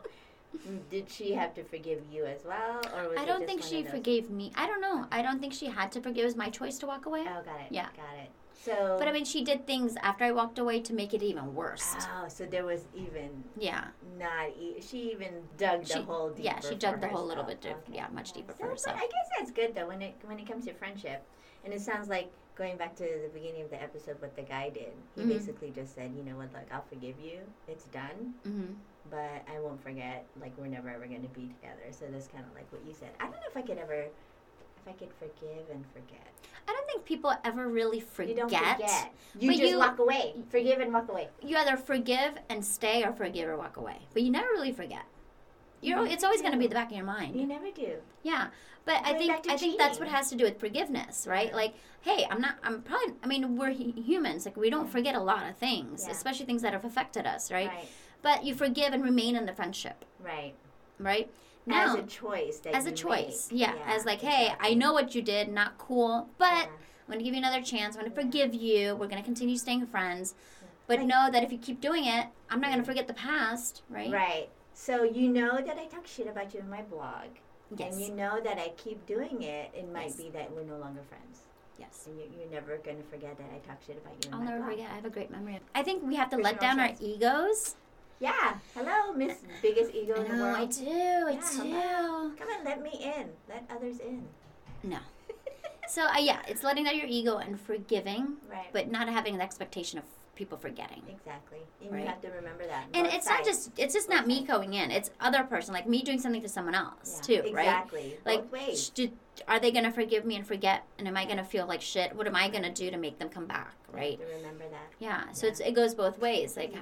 [SPEAKER 2] Did she have to forgive you as well, or was
[SPEAKER 3] I
[SPEAKER 2] it
[SPEAKER 3] don't
[SPEAKER 2] just
[SPEAKER 3] think
[SPEAKER 2] one
[SPEAKER 3] she
[SPEAKER 2] of those-
[SPEAKER 3] forgave me. I don't know. I don't think she had to forgive. It was my choice to walk away.
[SPEAKER 2] Oh, got it.
[SPEAKER 3] Yeah.
[SPEAKER 2] got it. So,
[SPEAKER 3] But I mean, she did things after I walked away to make it even worse.
[SPEAKER 2] oh, so there was even
[SPEAKER 3] Yeah,
[SPEAKER 2] not. E- she even dug the
[SPEAKER 3] She-
[SPEAKER 2] whole. Deeper
[SPEAKER 3] yeah, she dug
[SPEAKER 2] for
[SPEAKER 3] the whole little
[SPEAKER 2] herself.
[SPEAKER 3] bit deep- yeah, much deeper for
[SPEAKER 2] So,
[SPEAKER 3] herself.
[SPEAKER 2] But I guess that's good though when it when it comes to friendship, and it sounds like going back to the beginning of the episode, what the guy did. He
[SPEAKER 3] Mhm.
[SPEAKER 2] basically just said, you know what, like I'll forgive you. It's done.
[SPEAKER 3] hmm
[SPEAKER 2] but I won't forget. Like we're never ever going to be together. So that's kind of like what you said. I don't know if I could ever, if I could forgive and forget.
[SPEAKER 3] I don't think people ever really forget.
[SPEAKER 2] You don't forget. You
[SPEAKER 3] But
[SPEAKER 2] just
[SPEAKER 3] you-
[SPEAKER 2] walk away. Forgive and walk away.
[SPEAKER 3] You either forgive and stay, or forgive or walk away. But you never really forget. You know,
[SPEAKER 2] You
[SPEAKER 3] it's always going to be
[SPEAKER 2] do.
[SPEAKER 3] the back of your mind.
[SPEAKER 2] Mm-hmm. You never do.
[SPEAKER 3] Yeah, but I
[SPEAKER 2] Going
[SPEAKER 3] think I
[SPEAKER 2] back to
[SPEAKER 3] think that's what
[SPEAKER 2] cheating.
[SPEAKER 3] has to do with forgiveness, right? Like, hey, I'm not. I'm probably. I mean, we're hu- humans. Like, we don't
[SPEAKER 2] Yeah.
[SPEAKER 3] forget a lot of things,
[SPEAKER 2] Yeah.
[SPEAKER 3] especially things that have affected us, right?
[SPEAKER 2] Right.
[SPEAKER 3] But you forgive and remain in the friendship,
[SPEAKER 2] Right.
[SPEAKER 3] right? Now,
[SPEAKER 2] as a choice. That
[SPEAKER 3] as
[SPEAKER 2] you
[SPEAKER 3] a
[SPEAKER 2] make.
[SPEAKER 3] choice. Yeah, as like, hey, I
[SPEAKER 2] exactly.
[SPEAKER 3] know what you did, not cool, but
[SPEAKER 2] Yeah.
[SPEAKER 3] I'm gonna give you another chance. I'm gonna
[SPEAKER 2] Yeah.
[SPEAKER 3] forgive you. We're gonna continue staying friends, but
[SPEAKER 2] Like-
[SPEAKER 3] know that if you keep doing it, I'm not gonna
[SPEAKER 2] Yeah.
[SPEAKER 3] forget the past, right?
[SPEAKER 2] Right. So you know that I talk shit about you in my blog,
[SPEAKER 3] Yes.
[SPEAKER 2] and you know that I keep doing it. It might
[SPEAKER 3] Yes.
[SPEAKER 2] be that we're no longer friends,
[SPEAKER 3] yes.
[SPEAKER 2] and you, you're never gonna forget that I talk shit about you. In
[SPEAKER 3] I'll
[SPEAKER 2] Oh my
[SPEAKER 3] never
[SPEAKER 2] blog.
[SPEAKER 3] forget. I have a great memory. I think we have to
[SPEAKER 2] Pushing
[SPEAKER 3] let down our
[SPEAKER 2] ourselves.
[SPEAKER 3] egos.
[SPEAKER 2] Yeah. Hello,
[SPEAKER 3] *laughs*
[SPEAKER 2] Miss Biggest Ego
[SPEAKER 3] I
[SPEAKER 2] in the
[SPEAKER 3] know.
[SPEAKER 2] World.
[SPEAKER 3] I do. I
[SPEAKER 2] hello.
[SPEAKER 3] do.
[SPEAKER 2] Come on, let me in. Let others in.
[SPEAKER 3] *laughs* No. So uh, yeah, it's letting down your ego and forgiving,
[SPEAKER 2] right.
[SPEAKER 3] but not having the expectation of people forgetting.
[SPEAKER 2] exactly. And
[SPEAKER 3] Right.
[SPEAKER 2] you have to remember that.
[SPEAKER 3] And
[SPEAKER 2] both
[SPEAKER 3] it's not
[SPEAKER 2] sides.
[SPEAKER 3] just it's just not me going in. It's other person, like me doing something to someone else
[SPEAKER 2] Yeah,
[SPEAKER 3] too, right?
[SPEAKER 2] Exactly.
[SPEAKER 3] Like,
[SPEAKER 2] Both ways.
[SPEAKER 3] sh- do, are they gonna forgive me and forget? And am I gonna feel like shit? What am I gonna do to make them come back?
[SPEAKER 2] You have
[SPEAKER 3] Right?
[SPEAKER 2] to remember that.
[SPEAKER 3] Yeah. So it's it goes both ways. Like,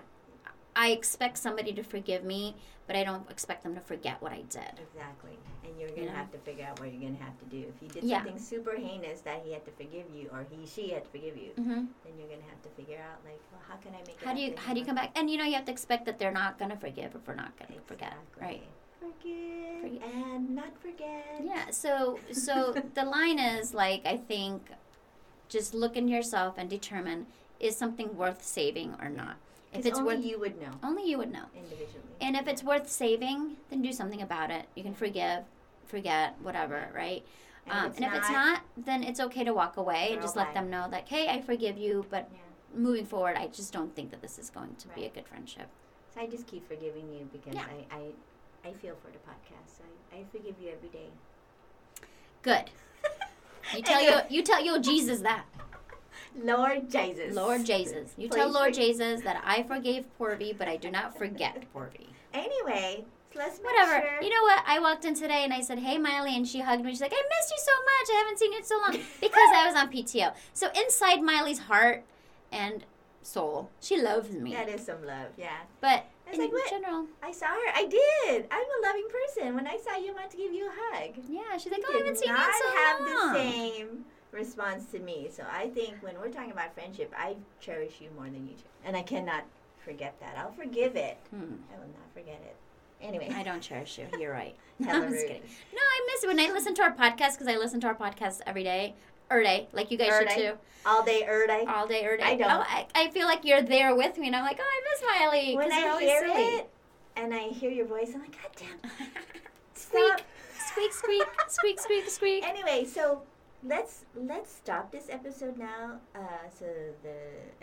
[SPEAKER 3] I expect somebody to forgive me, but I don't expect them to forget what I did.
[SPEAKER 2] Exactly. And you're going to
[SPEAKER 3] Yeah.
[SPEAKER 2] have to figure out what you're going to have to do. If you did
[SPEAKER 3] Yeah.
[SPEAKER 2] something super heinous that he had to forgive you or he, she had to forgive you,
[SPEAKER 3] hmm
[SPEAKER 2] then you're going to have to figure out, like, well, how can I make it
[SPEAKER 3] How
[SPEAKER 2] up
[SPEAKER 3] do you
[SPEAKER 2] to
[SPEAKER 3] how do you
[SPEAKER 2] him?
[SPEAKER 3] come back? And you know you have to expect that they're not gonna forgive if we're not gonna forget, right?
[SPEAKER 2] Exactly. Forgive,
[SPEAKER 3] Forget.
[SPEAKER 2] and not forget.
[SPEAKER 3] Yeah. So
[SPEAKER 2] *laughs*
[SPEAKER 3] so the line is like I think, just look into yourself and determine is something worth saving or not. If it's
[SPEAKER 2] only
[SPEAKER 3] worth
[SPEAKER 2] you would know
[SPEAKER 3] only you would know.
[SPEAKER 2] individually.
[SPEAKER 3] And if it's worth saving, then do something about it. You can forgive, forget, whatever, right?
[SPEAKER 2] And
[SPEAKER 3] Um, and if it's not, then it's okay to walk away and
[SPEAKER 2] Girl,
[SPEAKER 3] just
[SPEAKER 2] bye.
[SPEAKER 3] let them know that, hey, I forgive you, but
[SPEAKER 2] Yeah.
[SPEAKER 3] moving forward, I just don't think that this is going to be a
[SPEAKER 2] Right.
[SPEAKER 3] good friendship.
[SPEAKER 2] So I just keep forgiving you because
[SPEAKER 3] Yeah.
[SPEAKER 2] I, I, I feel for the podcast. I, I forgive you every day. *laughs*
[SPEAKER 3] Good. You tell your you tell your Jesus that
[SPEAKER 2] Lord Jesus.
[SPEAKER 3] Lord Jesus. You tell
[SPEAKER 2] Please
[SPEAKER 3] Lord
[SPEAKER 2] forgive-
[SPEAKER 3] Jesus that I forgave Porvy, but I do not forget Porvy.
[SPEAKER 2] Anyway, so let's make
[SPEAKER 3] Whatever.
[SPEAKER 2] sure.
[SPEAKER 3] You know what? I walked in today and I said, "Hey, Miley," and she hugged me. She's like, "I missed you so much. I haven't seen you
[SPEAKER 2] *laughs*
[SPEAKER 3] in so long because I was on PTO." So inside Miley's heart and soul, she loves me.
[SPEAKER 2] that is some love. Yeah.
[SPEAKER 3] But
[SPEAKER 2] I was
[SPEAKER 3] in
[SPEAKER 2] like, what?
[SPEAKER 3] general,
[SPEAKER 2] I saw her. I did. I'm a loving person. When I saw you, I wanted to give you a hug.
[SPEAKER 3] yeah, she's like,
[SPEAKER 2] You
[SPEAKER 3] "Oh, I haven't
[SPEAKER 2] did
[SPEAKER 3] seen you
[SPEAKER 2] not
[SPEAKER 3] in so
[SPEAKER 2] have
[SPEAKER 3] long."
[SPEAKER 2] the same response to me. So I think when we're talking about friendship, I cherish you more than you do, and I cannot forget that. I'll forgive it.
[SPEAKER 3] Hmm.
[SPEAKER 2] I will not forget it. Anyway,
[SPEAKER 3] I don't cherish you. You're right. No,
[SPEAKER 2] *laughs* Hella
[SPEAKER 3] *laughs* I'm just
[SPEAKER 2] rude.
[SPEAKER 3] kidding. No, I miss it when I listen to our podcast because I listen to our podcast every day, er day, like you guys
[SPEAKER 2] Er day.
[SPEAKER 3] should
[SPEAKER 2] all day, er day.
[SPEAKER 3] too, all day, er day.
[SPEAKER 2] I don't.
[SPEAKER 3] Oh, I, I feel like you're there with me, and I'm like, oh, I miss Miley
[SPEAKER 2] When
[SPEAKER 3] because you're
[SPEAKER 2] I
[SPEAKER 3] always
[SPEAKER 2] hear
[SPEAKER 3] silly.
[SPEAKER 2] it, and I hear your voice, I'm like, God damn,
[SPEAKER 3] *laughs* squeak,
[SPEAKER 2] stop. *laughs*
[SPEAKER 3] squeak, squeak, squeak, squeak, squeak.
[SPEAKER 2] Anyway, so let's let's stop this episode now, uh, so the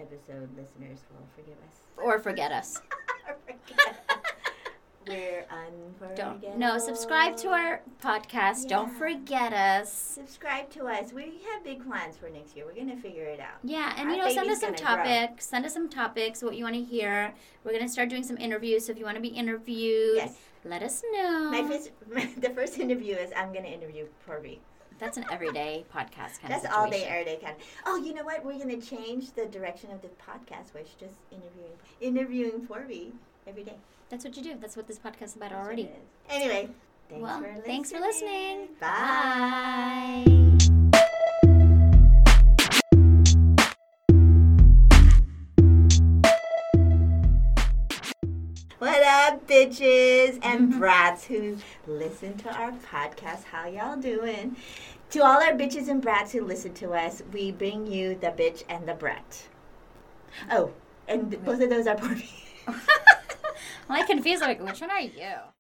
[SPEAKER 2] episode listeners will forgive us. *laughs*
[SPEAKER 3] Or forget us. *laughs*
[SPEAKER 2] We're unforgettable.
[SPEAKER 3] Don't. No, subscribe to our podcast. Don't
[SPEAKER 2] Yeah.
[SPEAKER 3] forget us.
[SPEAKER 2] Subscribe to us. We have big plans for next year. We're gonna figure it out.
[SPEAKER 3] Yeah, and
[SPEAKER 2] Our
[SPEAKER 3] you know, send
[SPEAKER 2] baby's
[SPEAKER 3] us some
[SPEAKER 2] gonna grow.
[SPEAKER 3] topics. Send us some topics. What you want to hear. We're gonna start doing some interviews. So if you want to be interviewed,
[SPEAKER 2] Yes.
[SPEAKER 3] let us know.
[SPEAKER 2] My *laughs* first, the first interview is I'm gonna interview Porby.
[SPEAKER 3] That's an everyday podcast kind
[SPEAKER 2] That's
[SPEAKER 3] of
[SPEAKER 2] all day,
[SPEAKER 3] situation.
[SPEAKER 2] air day kind. Oh, you know what? We're gonna change the direction of the podcast, which just interviewing, interviewing Porby every day.
[SPEAKER 3] That's what you do. That's what this podcast is about
[SPEAKER 2] That's what
[SPEAKER 3] already.
[SPEAKER 2] it is. Anyway, thanks
[SPEAKER 3] well,
[SPEAKER 2] for listening.
[SPEAKER 3] thanks for
[SPEAKER 2] Bye.
[SPEAKER 3] listening. Bye.
[SPEAKER 2] What up, bitches
[SPEAKER 3] Mm-hmm.
[SPEAKER 2] and brats who listen to our podcast? How y'all doing? To all our bitches and brats who listen to us, we bring you the bitch and the brat. Oh, and both of those are Porby.
[SPEAKER 3] I'm like confused. Like, which one are you?